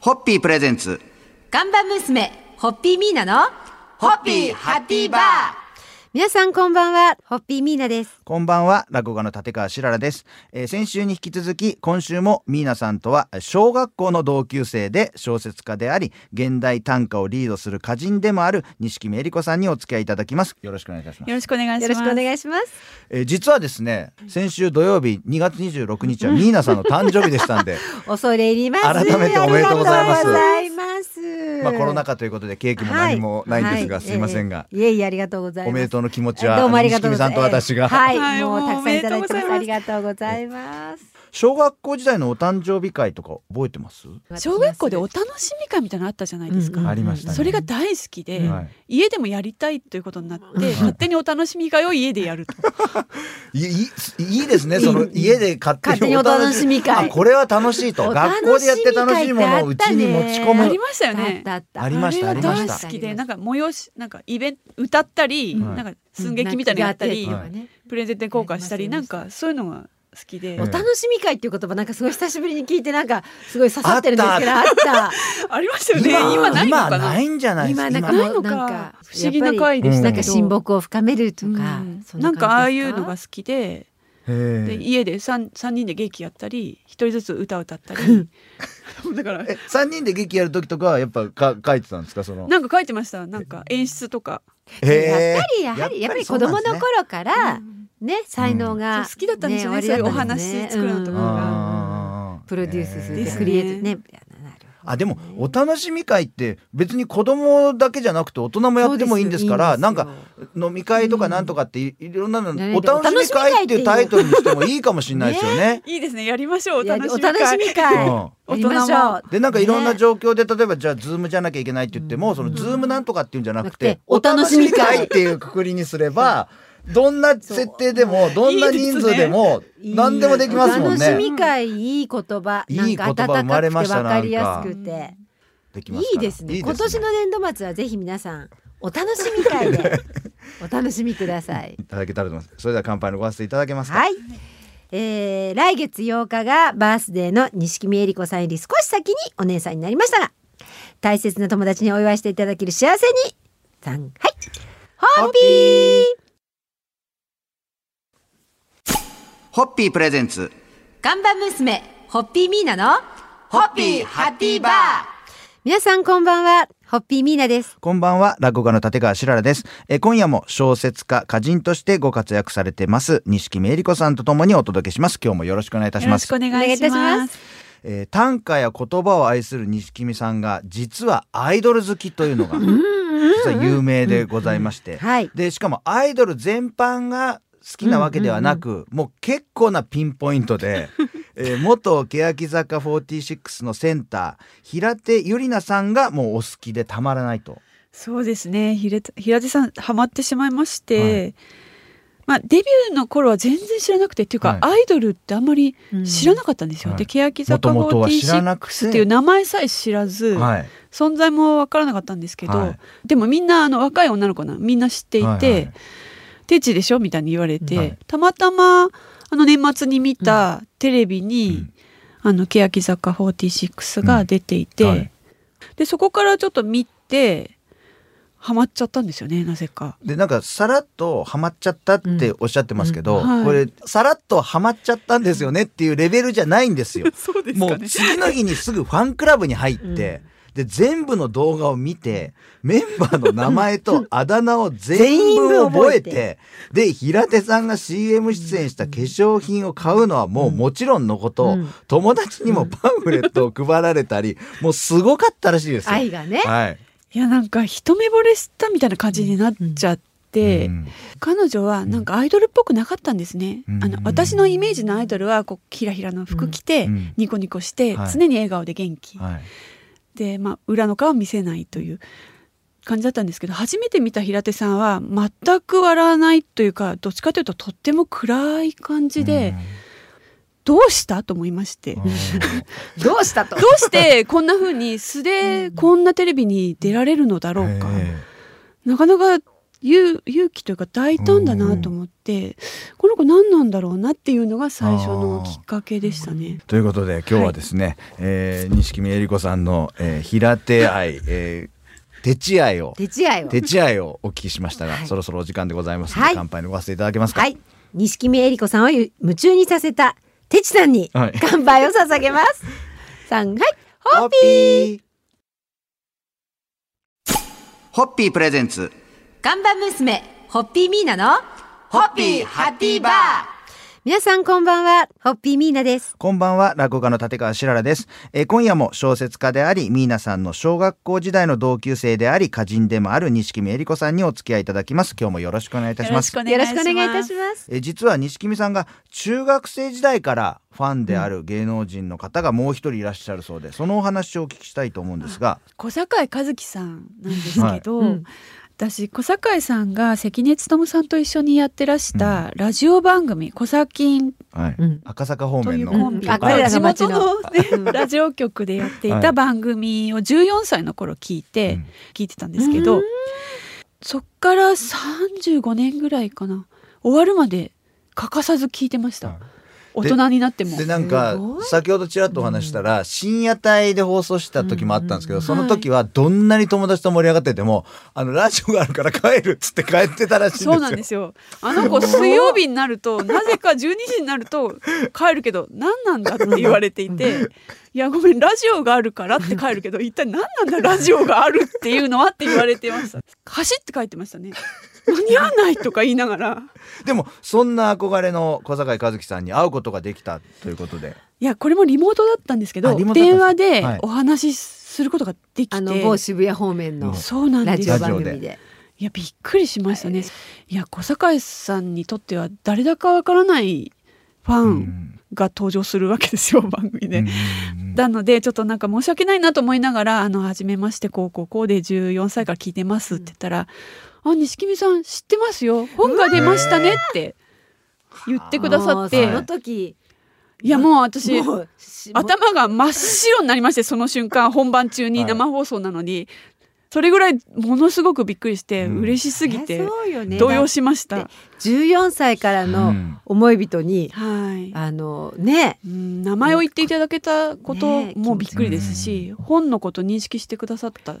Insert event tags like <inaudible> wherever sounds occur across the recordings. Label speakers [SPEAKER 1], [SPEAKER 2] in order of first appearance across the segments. [SPEAKER 1] ホッピープレゼンツ。
[SPEAKER 2] ガンバ娘、ホッピーミーナの、
[SPEAKER 1] ホッピーハッピーバー
[SPEAKER 2] 皆さんこんばんは、ホッピーミーナです。
[SPEAKER 3] こんばんは、落語家の立川しららです。えー先週に引き続き、今週もミーナさんとは小学校の同級生で小説家であり、現代短歌をリードする歌人でもある錦目恵理子さんにお付き合いいただきます。よろしくお願いいたします。
[SPEAKER 4] よろしくお願いし
[SPEAKER 2] よ
[SPEAKER 4] ま
[SPEAKER 2] ろ
[SPEAKER 4] す。
[SPEAKER 2] しくお願いします。
[SPEAKER 3] えー実はですね、先週土曜日2月26日はミーナさんの誕生日でしたんで、
[SPEAKER 2] 恐れ入ります。
[SPEAKER 3] 改めておめでとうございます
[SPEAKER 2] ありがとうございます。
[SPEAKER 3] まあコロナ禍ということでケーキも何もないんですが、
[SPEAKER 2] は
[SPEAKER 3] すいませんが、
[SPEAKER 2] ええいえいえ、ありがとうございます。
[SPEAKER 3] おめでとうの気持ち
[SPEAKER 2] ど
[SPEAKER 3] は
[SPEAKER 2] うもありがとう
[SPEAKER 3] 錦
[SPEAKER 2] ご
[SPEAKER 3] 目さ
[SPEAKER 2] ざい
[SPEAKER 3] ん
[SPEAKER 2] ます。
[SPEAKER 3] と私が、
[SPEAKER 2] はい、
[SPEAKER 4] はい
[SPEAKER 2] もうたくさんいただいてま
[SPEAKER 4] もう
[SPEAKER 2] す。
[SPEAKER 4] お
[SPEAKER 2] あ
[SPEAKER 4] め
[SPEAKER 2] り
[SPEAKER 4] で
[SPEAKER 2] がとうございます。
[SPEAKER 3] 小学校時代のお誕生日会とか覚えてます、
[SPEAKER 4] 小学校でお楽しみ会みたいなのあったじゃないですか。
[SPEAKER 2] うんうん
[SPEAKER 3] ありましたね
[SPEAKER 4] それが大好きで、
[SPEAKER 3] はい
[SPEAKER 4] 家でもやりたいということになって、勝手にお楽しみ会を家でやると。
[SPEAKER 3] いいいいですね、その家で勝手に
[SPEAKER 2] 勝手にお楽しみ会
[SPEAKER 3] あこれは楽しいと、
[SPEAKER 2] お楽し
[SPEAKER 3] 学
[SPEAKER 2] み会
[SPEAKER 3] 校でやって楽しいものをうちに持ち込
[SPEAKER 2] うん
[SPEAKER 4] あ
[SPEAKER 3] む
[SPEAKER 4] り。ましたよ
[SPEAKER 2] あ
[SPEAKER 4] ね。
[SPEAKER 2] ったあった
[SPEAKER 3] ありました
[SPEAKER 4] あれは
[SPEAKER 3] あり
[SPEAKER 4] 大
[SPEAKER 3] ました
[SPEAKER 4] 好きで、なんか催し、なんかイベント歌ったり、
[SPEAKER 2] うん
[SPEAKER 4] なんか寸劇みたいなのやったり、
[SPEAKER 2] うん
[SPEAKER 3] はい
[SPEAKER 2] なんかやって
[SPEAKER 4] プレゼンで交換したり、
[SPEAKER 2] や
[SPEAKER 4] な
[SPEAKER 2] り
[SPEAKER 4] ん
[SPEAKER 2] ました
[SPEAKER 4] かそういうのが好きで。
[SPEAKER 3] ええ
[SPEAKER 2] お楽しみ会っていう言葉なんかすごい久しぶりに聞いてなんかすごい刺さってるんですけどあった
[SPEAKER 4] ありましたよね。今ないのか
[SPEAKER 3] 今
[SPEAKER 4] な
[SPEAKER 3] な。いんじゃないですか。
[SPEAKER 2] 今なんか
[SPEAKER 4] ないの
[SPEAKER 2] なん
[SPEAKER 4] か
[SPEAKER 2] か。
[SPEAKER 4] 不思議な会でした
[SPEAKER 2] なんか
[SPEAKER 4] けど。
[SPEAKER 2] 親睦を深めると
[SPEAKER 4] うん
[SPEAKER 2] か、そ
[SPEAKER 4] なんかああいうの
[SPEAKER 2] 感
[SPEAKER 4] が好きで
[SPEAKER 3] へ
[SPEAKER 4] で
[SPEAKER 3] え
[SPEAKER 4] 家で 3, 三人で劇やったり一人ずつ歌を歌ったり <laughs> だから
[SPEAKER 3] え三人で劇やる時とかはやっぱか書いてたんですかその。
[SPEAKER 4] なんか書いてましたなんか演出とか
[SPEAKER 2] じですか
[SPEAKER 3] へえ
[SPEAKER 2] やっぱりやはりやっぱり子供の
[SPEAKER 3] そう
[SPEAKER 2] 頃からね才能が、
[SPEAKER 4] そう好きだったんですよね
[SPEAKER 2] 終わりだたんで
[SPEAKER 4] そう
[SPEAKER 2] す
[SPEAKER 4] いうお
[SPEAKER 2] ね
[SPEAKER 4] 話作るのとか
[SPEAKER 3] なん
[SPEAKER 4] が
[SPEAKER 3] ですね
[SPEAKER 2] うん
[SPEAKER 3] あ
[SPEAKER 2] プロデュースす
[SPEAKER 3] へ
[SPEAKER 2] る
[SPEAKER 4] で
[SPEAKER 2] で
[SPEAKER 4] ね
[SPEAKER 2] クリエイトねなるほど
[SPEAKER 3] あでもお楽しみ会って別に子供だけじゃなくて大人もやってもいいんですからなんか飲み会とかなんとかっていいろんなの、
[SPEAKER 2] ね
[SPEAKER 3] お楽しみ会っていうタイトルにしてもいいかもしれないですよね。
[SPEAKER 4] いいですねやりましょうお
[SPEAKER 2] いや
[SPEAKER 4] 楽
[SPEAKER 2] お
[SPEAKER 4] しみ会
[SPEAKER 2] 楽しみ会
[SPEAKER 3] うん
[SPEAKER 2] やりまし
[SPEAKER 4] 大人
[SPEAKER 2] ょ
[SPEAKER 4] も
[SPEAKER 2] う
[SPEAKER 3] でなんかいろんな
[SPEAKER 2] ね
[SPEAKER 3] 状況で例えばじゃあズームじゃなきゃいけないって言っても、そのズームなんとかっていうんじゃなくて、
[SPEAKER 2] うん
[SPEAKER 3] お楽しみ会っていうくくりにすれ
[SPEAKER 2] <laughs>
[SPEAKER 3] ばどんな設定でもどんな人数でも
[SPEAKER 2] いい
[SPEAKER 3] 何でもできますもん
[SPEAKER 2] お楽し
[SPEAKER 3] ね。
[SPEAKER 2] み会いい言葉
[SPEAKER 3] いい
[SPEAKER 2] なんか
[SPEAKER 3] 言葉生
[SPEAKER 2] 温
[SPEAKER 3] ま
[SPEAKER 2] か
[SPEAKER 3] れ
[SPEAKER 2] くて
[SPEAKER 3] ま
[SPEAKER 2] わ
[SPEAKER 3] した
[SPEAKER 2] かりやす
[SPEAKER 4] な
[SPEAKER 2] く
[SPEAKER 4] ん
[SPEAKER 2] て
[SPEAKER 4] か
[SPEAKER 3] でき
[SPEAKER 2] い
[SPEAKER 3] ますか
[SPEAKER 2] い
[SPEAKER 3] ら
[SPEAKER 2] ですね
[SPEAKER 3] いい
[SPEAKER 2] 今年の年度末はぜひ皆さんお楽しみ
[SPEAKER 3] <laughs>
[SPEAKER 2] 会でお楽しみください
[SPEAKER 3] いただけたらと思います。それでは乾杯のご発声いただけますか。
[SPEAKER 2] はい、えー、来月8日がバースデーの錦見恵理子さんより少し先にお姉さんになりましたが大切な友達にお祝いしていただける幸せにさんはいホッピー
[SPEAKER 1] ホッピープレゼンツ。
[SPEAKER 2] ガンバ娘ホッピーミーナの
[SPEAKER 1] ホッピーハッピーバー
[SPEAKER 2] 皆さんこんばんはホッピーミーナです
[SPEAKER 3] こんばんは、落語家の立川しららです。えー今夜も小説家、歌人としてご活躍されてます、錦目恵理子さんとともにお届けします。今日もよろしくお願いいたし
[SPEAKER 4] よ
[SPEAKER 3] ま
[SPEAKER 4] ろ
[SPEAKER 3] す
[SPEAKER 4] しく。お願いし
[SPEAKER 2] お願い
[SPEAKER 4] ま
[SPEAKER 2] いたします
[SPEAKER 3] えー短歌や言葉を愛する錦見さんが実はアイドル好きというのが実は有名でございまして
[SPEAKER 2] はい
[SPEAKER 3] でしかもアイドル全般が好きなわけではなく、もう結構なピンポイントで、えー、元欅坂46のセンター平手友梨奈さんがもうお好きでたまらないと。
[SPEAKER 4] そうですねひれ平手さんハマってしまいまして、まあ、デビューの頃は全然知らなくてっていうか、
[SPEAKER 3] はい
[SPEAKER 4] アイドルってあんまり知らなかったんですよ、
[SPEAKER 3] うん
[SPEAKER 4] で欅坂
[SPEAKER 3] 元々は知らなくて
[SPEAKER 4] 46っていう名前さえ知らず、
[SPEAKER 3] はい
[SPEAKER 4] 存在も分からなかったんですけど、
[SPEAKER 3] はい
[SPEAKER 4] でもみんなあの若い女の子なのみんな知っていて、
[SPEAKER 3] はいはい
[SPEAKER 4] 手地でしょみたいに言われて、
[SPEAKER 3] はい
[SPEAKER 4] たまたまあの年末に見たテレビに、
[SPEAKER 3] うん
[SPEAKER 4] あの欅坂46が出ていて、
[SPEAKER 3] うんはい
[SPEAKER 4] でそこからちょっと見てハマっちゃったんですよねなぜか。
[SPEAKER 3] でなんかさらっとハマっちゃったっておっしゃってますけど、
[SPEAKER 4] うんうんはい
[SPEAKER 3] これさらっとハマっちゃったんですよねっていうレベルじゃないんですよ。
[SPEAKER 4] そうで
[SPEAKER 3] もう次の日にすぐファンクラブに入って、
[SPEAKER 2] うん
[SPEAKER 3] で全部の動画を見てメンバーの名前とあだ名を全員分覚えてで平手さんが CM 出演した化粧品を買うのはもうもちろんのこと、
[SPEAKER 2] うん
[SPEAKER 3] 友達にもパンフレットを配られたり、もうすごかったらしいですよ。
[SPEAKER 2] 愛がね
[SPEAKER 3] はい
[SPEAKER 4] いやなんか一目惚れしたみたいな感じになっちゃって。
[SPEAKER 3] うん
[SPEAKER 4] 彼女はなんかアイドルっぽくなかったんですね。
[SPEAKER 3] うん
[SPEAKER 4] あの私のイメージのアイドルはこうひらひらの服着て、
[SPEAKER 3] うん
[SPEAKER 4] ニコニコして、
[SPEAKER 3] はい
[SPEAKER 4] 常に笑顔で元気、
[SPEAKER 3] はい
[SPEAKER 4] で、まあ、裏の顔を見せないという感じだったんですけど初めて見た平手さんは全く笑わないというかどっちかというととっても暗い感じで、どうしたと思いまして、
[SPEAKER 3] うん
[SPEAKER 4] ど
[SPEAKER 2] どうしたと
[SPEAKER 4] うしてこんな風に素でこんなテレビに出られるのだろうか、
[SPEAKER 3] ええ
[SPEAKER 4] なかなか勇勇気というか大胆だなと思ってこの子何なんだろうなっていうのが最初のきっかけでしたね。
[SPEAKER 3] ということで今日はですね、えー錦見えり子さんの、えー平手愛、えー、手地愛を
[SPEAKER 2] 手違いを
[SPEAKER 3] 手地愛をお聞きしましたが、
[SPEAKER 2] はい
[SPEAKER 3] そろそろお時間でございますので、
[SPEAKER 2] はい
[SPEAKER 3] 乾杯のごわせていただけますか。
[SPEAKER 2] はい錦目えり子さんを夢中にさせたてちさんに
[SPEAKER 3] はい
[SPEAKER 2] 乾杯を捧げます、さんはいホッピ
[SPEAKER 3] ピ
[SPEAKER 2] ー
[SPEAKER 3] ー
[SPEAKER 1] ホッピープレゼンツ
[SPEAKER 2] 看板娘ホッピーミーナの
[SPEAKER 1] ホッピーハッピーバー
[SPEAKER 2] 皆さんこんばんはホッピーミーナです
[SPEAKER 3] こんばんは、落語家の立川しららです。えー今夜も小説家であり、ミーナさんの小学校時代の同級生であり、歌人でもある錦見えり子さんにお付き合いいただきます。今日もよろしくお願いいたします。
[SPEAKER 2] よろしくお願いいたします
[SPEAKER 3] えー実は錦見さんが中学生時代からファンである芸能人の方がもう一人いらっしゃるそうで、そのお話をお聞きしたいと思うんですが、
[SPEAKER 4] 小堺一樹さんなんですけど、
[SPEAKER 2] はいうん
[SPEAKER 4] 私小堺さんが関根勤さんと一緒にやってらしたラジオ番組「小サキン
[SPEAKER 3] はい
[SPEAKER 2] うん
[SPEAKER 3] 赤坂方
[SPEAKER 4] とい
[SPEAKER 3] 面
[SPEAKER 4] う
[SPEAKER 3] の、
[SPEAKER 4] コン
[SPEAKER 2] ん
[SPEAKER 4] ビ
[SPEAKER 2] あ
[SPEAKER 4] が、
[SPEAKER 2] 彼ら
[SPEAKER 4] 地
[SPEAKER 2] の町
[SPEAKER 4] 元
[SPEAKER 2] の
[SPEAKER 4] の、ね、ラジオ局でやってい
[SPEAKER 3] はい
[SPEAKER 4] た番組を14歳の頃聞いて、
[SPEAKER 3] うん
[SPEAKER 4] 聞いてたんですけど、
[SPEAKER 2] うん
[SPEAKER 4] そっから35年ぐらいかな終わるまで欠かさず聞いてました、
[SPEAKER 3] はい
[SPEAKER 4] 大人になっても
[SPEAKER 3] でなんか
[SPEAKER 4] すごい
[SPEAKER 3] 先ほどちらっとお話ししたら、深夜帯で放送した時もあったんですけど、その時はどんなに友達と盛り上がってても、あのラジオがあるから帰るっつって帰ってたらしいんですよ。
[SPEAKER 4] そうなんですよあの子水曜日になるとなぜか12時になると帰るけど何なんだって言われていて「いやごめんラジオがあるから」って帰るけど一体何なんだラジオがあるっていうのはって言われてました走って帰ってましたね間に合わないとか言いながら
[SPEAKER 3] でもそんな憧れの小坂井和樹さんに会うことができたということで、
[SPEAKER 4] いやこれもリモートだったんですけ
[SPEAKER 3] あ
[SPEAKER 4] ど
[SPEAKER 3] リモートだ
[SPEAKER 4] 電
[SPEAKER 3] ったんですねはい
[SPEAKER 4] 話でお話しすることができて
[SPEAKER 2] あの某渋谷方面の
[SPEAKER 4] そうなん
[SPEAKER 2] ラ
[SPEAKER 4] です
[SPEAKER 2] ジ
[SPEAKER 4] よ
[SPEAKER 2] オ番組
[SPEAKER 3] ラ
[SPEAKER 2] で
[SPEAKER 3] ジオ
[SPEAKER 4] いやびっくりしましたね、い、や小堺さんにとっては誰だかわからないファ
[SPEAKER 3] う
[SPEAKER 4] ンが登場するわけですよ、 <laughs> 番組で。なのでちょっとなんか申し訳ないなと思いながら「あの初めましてこうこうこうで14歳から聞いてます」って言ったら「あ錦見さん知ってますよ本が出ましたね」って言ってくださっ
[SPEAKER 2] もうそ
[SPEAKER 4] て
[SPEAKER 2] の時
[SPEAKER 4] いやもう私
[SPEAKER 2] もうし
[SPEAKER 4] 頭が真っ白になりましてその瞬
[SPEAKER 2] <laughs>
[SPEAKER 4] 間本番中に
[SPEAKER 3] はい
[SPEAKER 4] 生放送なのにそれぐらいものすごくびっくりして
[SPEAKER 3] うん
[SPEAKER 4] 嬉しすぎ
[SPEAKER 2] そ
[SPEAKER 4] て
[SPEAKER 2] りゃそうよね
[SPEAKER 4] 動揺しました。
[SPEAKER 2] だって14歳から
[SPEAKER 3] う
[SPEAKER 2] の
[SPEAKER 3] ん
[SPEAKER 2] 思い人に、
[SPEAKER 4] はい
[SPEAKER 2] あのね
[SPEAKER 4] うん名前を言っていただけたこと
[SPEAKER 2] ねえ
[SPEAKER 4] もびっくりですし、本のこと認識してくださった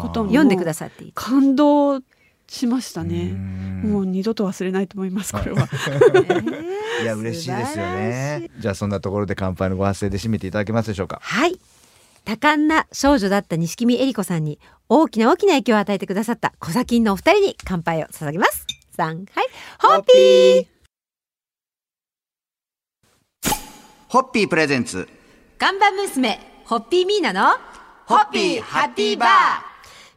[SPEAKER 4] ことも
[SPEAKER 2] 読んでくださっていい
[SPEAKER 4] 感動しましたね、も
[SPEAKER 3] も
[SPEAKER 4] う二度と忘れないと思いますこれは、
[SPEAKER 3] いや嬉しいですよね。じゃあそんなところで乾杯のご発声で締めていただけますでしょうか。
[SPEAKER 2] はい多感な少女だった錦見えり子さんに大きな大きな影響を与えてくださった小崎のお二人に乾杯を捧げますさんはいホッピー
[SPEAKER 1] ホッピープレゼンツ
[SPEAKER 2] 看板娘ホッピーミーナの
[SPEAKER 1] ホッピーハッピーバー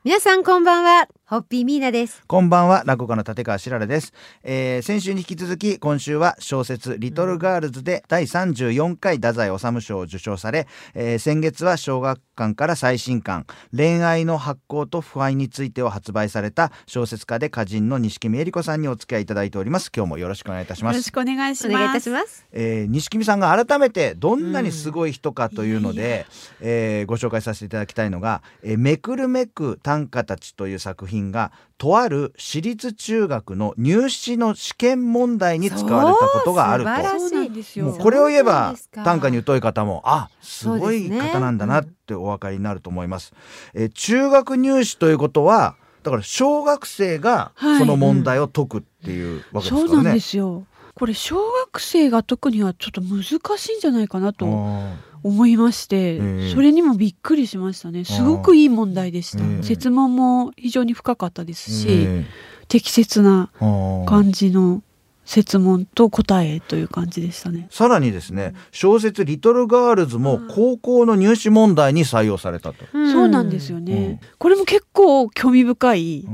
[SPEAKER 2] 皆さんこんばんはホッピーミーナです
[SPEAKER 3] こんばんは、落語家の立川しららです、えー先週に引き続き、今週は小説リトルガールズで第34回太宰治賞を受賞され、えー先月は小学館から最新刊、恋愛の発行と腐敗についてを発売された小説家で歌人の錦見えり子さんにお付き合いいただいております。今日もよろしくお願いいたし
[SPEAKER 4] よ
[SPEAKER 3] ま
[SPEAKER 4] ろ
[SPEAKER 3] す
[SPEAKER 4] し。くお願いし
[SPEAKER 2] お願いい
[SPEAKER 4] ま
[SPEAKER 2] たし
[SPEAKER 4] す
[SPEAKER 2] ます
[SPEAKER 3] えー、錦見さんが改めてどんなにすごい人かというので、えーご紹介させていただきたいのが「えーめくるめく短歌たち」という作品がとある私立中学の入試の試験問題に使われたことがある
[SPEAKER 2] そう素晴ら
[SPEAKER 3] と。
[SPEAKER 4] そうなんです
[SPEAKER 3] もう
[SPEAKER 4] よ
[SPEAKER 3] これを言えば
[SPEAKER 2] そうですか
[SPEAKER 3] 短歌に疎い方もあすごい
[SPEAKER 2] そうですね
[SPEAKER 3] 方なんだなってお分かりになると思います。えー中学入試ということはだから小学生が
[SPEAKER 4] はい
[SPEAKER 3] その問題を解くっていうわけですからね。
[SPEAKER 4] そうなんですよこれ小学生が特にはちょっと難しいんじゃないかな
[SPEAKER 3] う
[SPEAKER 4] と
[SPEAKER 3] ん
[SPEAKER 4] 思いまして、
[SPEAKER 3] ええ
[SPEAKER 4] それにもびっくりしましたねすごくいい問題でした、
[SPEAKER 3] ええ
[SPEAKER 4] 設問も非常に深かったですし、
[SPEAKER 3] え
[SPEAKER 4] 適切な
[SPEAKER 3] ー
[SPEAKER 4] 感じの設問と答えという感じでしたね
[SPEAKER 3] さらにですね小説「リトルガールズ」も高校の入試問題に採用されたと。
[SPEAKER 4] そうなんですよ
[SPEAKER 3] うん
[SPEAKER 4] ね。これも結構興味深い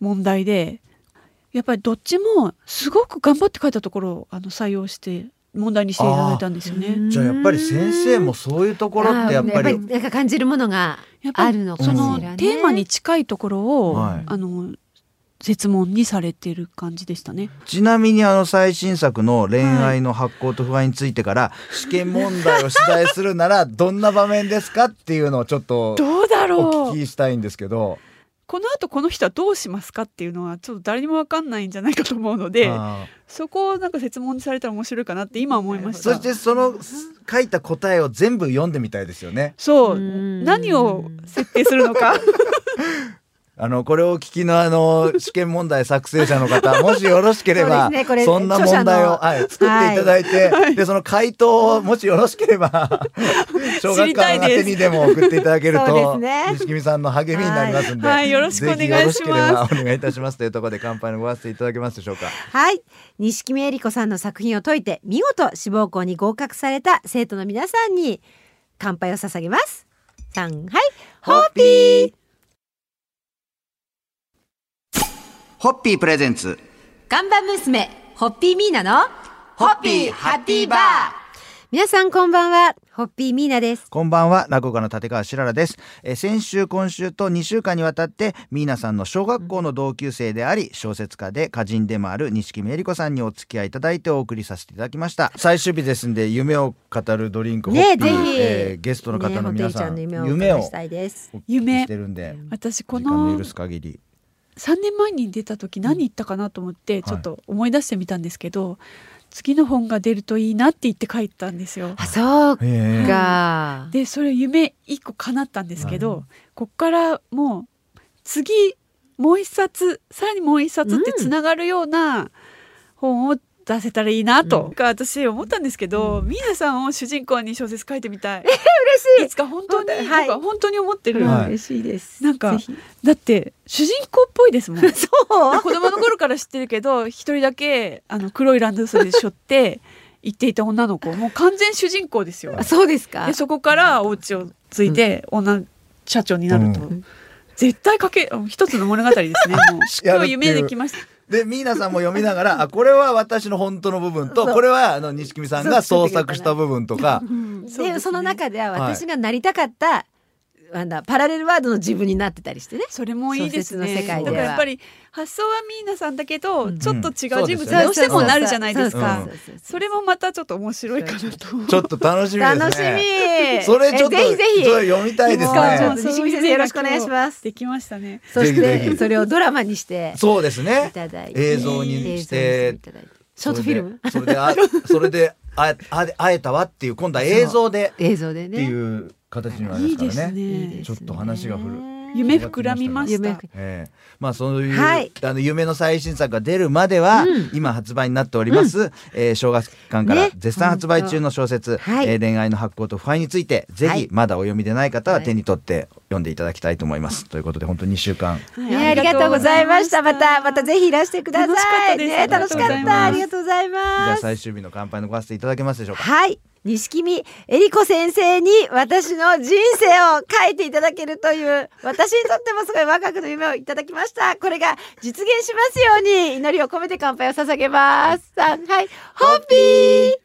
[SPEAKER 4] 問題で、やっぱりどっちもすごく頑張って書いたところをあの採用して問題にしていただいたんですよね。
[SPEAKER 3] じゃあやっぱり先生もそういうところってやっぱ
[SPEAKER 2] あー
[SPEAKER 3] り。
[SPEAKER 2] なんか感じるものが
[SPEAKER 4] やっぱ
[SPEAKER 2] あ
[SPEAKER 4] り
[SPEAKER 2] るのか
[SPEAKER 4] その
[SPEAKER 2] し
[SPEAKER 4] テ
[SPEAKER 2] らね
[SPEAKER 4] ーマに近いところを、
[SPEAKER 3] はい
[SPEAKER 4] あの説問にされている感じでしたね。
[SPEAKER 3] ちなみにあの最新作の恋愛の発行と不安についてから試験問題を取材す <laughs> るならどんな場面ですかっていうのをちょっと
[SPEAKER 4] どうだ
[SPEAKER 3] お
[SPEAKER 4] ろ
[SPEAKER 3] 聞
[SPEAKER 4] う。
[SPEAKER 3] きしたいんですけど
[SPEAKER 4] この後この人はどうしますかっていうのはちょっと誰にも分かんないんじゃないかと思うので
[SPEAKER 3] あー
[SPEAKER 4] そこをなんか説問にされたら面白いかなって今思いました。
[SPEAKER 3] そしてその書いた答えを全部読んでみたいですよね。
[SPEAKER 4] そう
[SPEAKER 2] うん
[SPEAKER 4] 何を設定するのか
[SPEAKER 3] あのこれをお聞きのあの試験問題作成者の方もしよろしければ
[SPEAKER 2] そう
[SPEAKER 3] そ,、
[SPEAKER 2] ですねこれ
[SPEAKER 3] んな問題を、
[SPEAKER 2] 著者の
[SPEAKER 3] はい、作っていただいて、でその回答をもしよろしければ小
[SPEAKER 4] 知
[SPEAKER 3] 学
[SPEAKER 4] り
[SPEAKER 3] 館
[SPEAKER 4] たい
[SPEAKER 3] 宛
[SPEAKER 4] です
[SPEAKER 3] てにでも送っていただける
[SPEAKER 2] そう
[SPEAKER 3] と、
[SPEAKER 2] ですね
[SPEAKER 3] 西君さんの励みになりますんで、
[SPEAKER 4] はいよろしくお願いします
[SPEAKER 3] ぜひよろしければお願いいたしますというところで乾杯のご挨拶いただけますでしょうか。
[SPEAKER 2] はい錦目えり子さんの作品を解いて見事志望校に合格された生徒の皆さんに乾杯を捧げますさんはいホッピー
[SPEAKER 1] ホッピープレゼンツ
[SPEAKER 2] ガンバ娘ホッピーミーナの
[SPEAKER 1] ホッピーハッピーバー
[SPEAKER 2] 皆さんこんばんはホッピーミーナです
[SPEAKER 3] こんばんは、落語家の立川しららです。えー先週、今週と2週間にわたって、ミーナさんの小学校の同級生であり、小説家で歌人でもある錦目えり子さんにお付き合いいただいてお送りさせていただきました。最終日ですんで、夢を語るドリンク、
[SPEAKER 2] ねえ
[SPEAKER 3] ホッピ
[SPEAKER 2] ぜ
[SPEAKER 3] ー
[SPEAKER 2] ひ、
[SPEAKER 3] えーゲストの方の皆さん、
[SPEAKER 2] ねホテルちゃんの夢
[SPEAKER 3] 夢
[SPEAKER 2] を
[SPEAKER 3] を
[SPEAKER 2] お伺いしたいです
[SPEAKER 3] お聞き
[SPEAKER 4] 夢
[SPEAKER 3] してるんで、
[SPEAKER 4] <laughs> 私こ
[SPEAKER 3] 時間の
[SPEAKER 4] の
[SPEAKER 3] 許す限り。
[SPEAKER 4] 3年前に出た時何言ったかなと思ってちょっと思い出してみたんですけど、次の本が出るといいなって言って書いたんですよ。
[SPEAKER 2] あそう
[SPEAKER 3] えー
[SPEAKER 2] か
[SPEAKER 4] でそれ夢一個叶ったんですけど、こっからもう次もう一冊さらにもう一冊ってつながるような本を出せたらいいなと、
[SPEAKER 2] うん
[SPEAKER 4] か私思ったんですけど、ミーナさんを主人公に小説書いてみたい。
[SPEAKER 2] 嬉
[SPEAKER 4] いつか本当に、
[SPEAKER 2] 本当はい
[SPEAKER 4] 僕は本当に思ってる、
[SPEAKER 3] はい
[SPEAKER 2] 嬉しいです
[SPEAKER 4] なんか
[SPEAKER 2] ぜひ
[SPEAKER 4] だって主人公っぽいで
[SPEAKER 2] <laughs>
[SPEAKER 4] すもん子
[SPEAKER 2] そう
[SPEAKER 4] 供の頃から知ってるけど一人だけあの黒いランドセルで背負って行っていた女の
[SPEAKER 2] <laughs>
[SPEAKER 4] 子もう完全主人公ですよ
[SPEAKER 2] あそうですか
[SPEAKER 4] でそこからお家を継いで女社長になると、
[SPEAKER 2] ん
[SPEAKER 4] 絶対かけ一つの物語です
[SPEAKER 2] <laughs>
[SPEAKER 4] ねもう
[SPEAKER 3] いや
[SPEAKER 4] 今日夢できました
[SPEAKER 3] で、ミーナさんも読みながら、あ、これは私の本当の部分と、
[SPEAKER 2] そう
[SPEAKER 3] これは、あの、錦美さんが
[SPEAKER 2] そう
[SPEAKER 3] 創
[SPEAKER 2] 作
[SPEAKER 3] 作
[SPEAKER 2] ってくれた
[SPEAKER 3] し
[SPEAKER 2] ね
[SPEAKER 3] た部分とか、
[SPEAKER 2] で
[SPEAKER 4] そうですね
[SPEAKER 2] その中では
[SPEAKER 3] はい
[SPEAKER 2] 私がなりたかった、あのパラレルワールドの自分になってたりしてね
[SPEAKER 4] それもいいですね
[SPEAKER 2] 小説の世界
[SPEAKER 3] で
[SPEAKER 4] だ
[SPEAKER 3] は
[SPEAKER 4] からやっぱり発想はミーナさんだけど、
[SPEAKER 2] うん
[SPEAKER 4] ちょっと違う人
[SPEAKER 3] そう
[SPEAKER 4] 物
[SPEAKER 3] です
[SPEAKER 4] に
[SPEAKER 3] ね
[SPEAKER 4] どうしてもなるじゃないですか
[SPEAKER 2] そうそうそうそう
[SPEAKER 4] それもまたちょっと面白いかなと
[SPEAKER 3] ちょっと楽しみですね。
[SPEAKER 2] 楽しみ
[SPEAKER 3] それちょっと
[SPEAKER 2] えぜひぜひ
[SPEAKER 3] ちょっと読みたいです
[SPEAKER 2] も
[SPEAKER 4] <laughs>
[SPEAKER 2] うちょ
[SPEAKER 3] ね
[SPEAKER 2] っ。と西見先生よろしくお願いします
[SPEAKER 4] できましたね
[SPEAKER 2] そし
[SPEAKER 3] ぜひぜ
[SPEAKER 2] て
[SPEAKER 3] ひ
[SPEAKER 2] それをドラマにして
[SPEAKER 3] そうですね
[SPEAKER 2] い。ただいて
[SPEAKER 3] 映像にして
[SPEAKER 2] 映像にしていただいてショートフィルム
[SPEAKER 3] それで、それであそれでああ会えたわっていう今度は映像で
[SPEAKER 2] 映像で
[SPEAKER 3] って
[SPEAKER 2] ね
[SPEAKER 3] いう形になり
[SPEAKER 4] いい
[SPEAKER 3] ま
[SPEAKER 4] です
[SPEAKER 3] から
[SPEAKER 4] す
[SPEAKER 3] ね。
[SPEAKER 2] いい
[SPEAKER 4] ね
[SPEAKER 2] で
[SPEAKER 3] ち
[SPEAKER 2] す
[SPEAKER 3] ょっと話が降る
[SPEAKER 4] 夢膨らみました
[SPEAKER 2] 夢膨
[SPEAKER 3] ええまあそういう、
[SPEAKER 2] はい
[SPEAKER 3] あの夢の最新作が出るまでは、
[SPEAKER 2] うん
[SPEAKER 3] 今発売になっております、えー小学館から
[SPEAKER 2] ね
[SPEAKER 3] 絶賛発売中の小説、
[SPEAKER 2] 当はい
[SPEAKER 3] えー恋愛の発行と腐敗について、ぜ
[SPEAKER 2] は
[SPEAKER 3] ひ
[SPEAKER 2] い
[SPEAKER 3] まだお読みでない方は
[SPEAKER 2] はい
[SPEAKER 3] 手に取って読んでいただきたいと思います。ということで本当に2週間
[SPEAKER 2] ねありがとうございましたまたまたぜひいらしてくだ
[SPEAKER 4] 楽しか
[SPEAKER 2] さ
[SPEAKER 4] った
[SPEAKER 2] い
[SPEAKER 4] です
[SPEAKER 2] ね楽しか
[SPEAKER 3] あ
[SPEAKER 2] っ
[SPEAKER 3] りがとうございま
[SPEAKER 2] た
[SPEAKER 3] す
[SPEAKER 2] ありがとうござい
[SPEAKER 3] じゃ
[SPEAKER 2] ま
[SPEAKER 3] あ
[SPEAKER 2] す
[SPEAKER 3] 最終日の乾杯のご挨拶いただけますでしょうか。
[SPEAKER 2] はい錦見えり子先生に私の人生を書いていただけるという私にとってもすごい若くの夢をいただきましたこれが実現しますように祈りを込めて乾杯を捧げますさんはいホッピー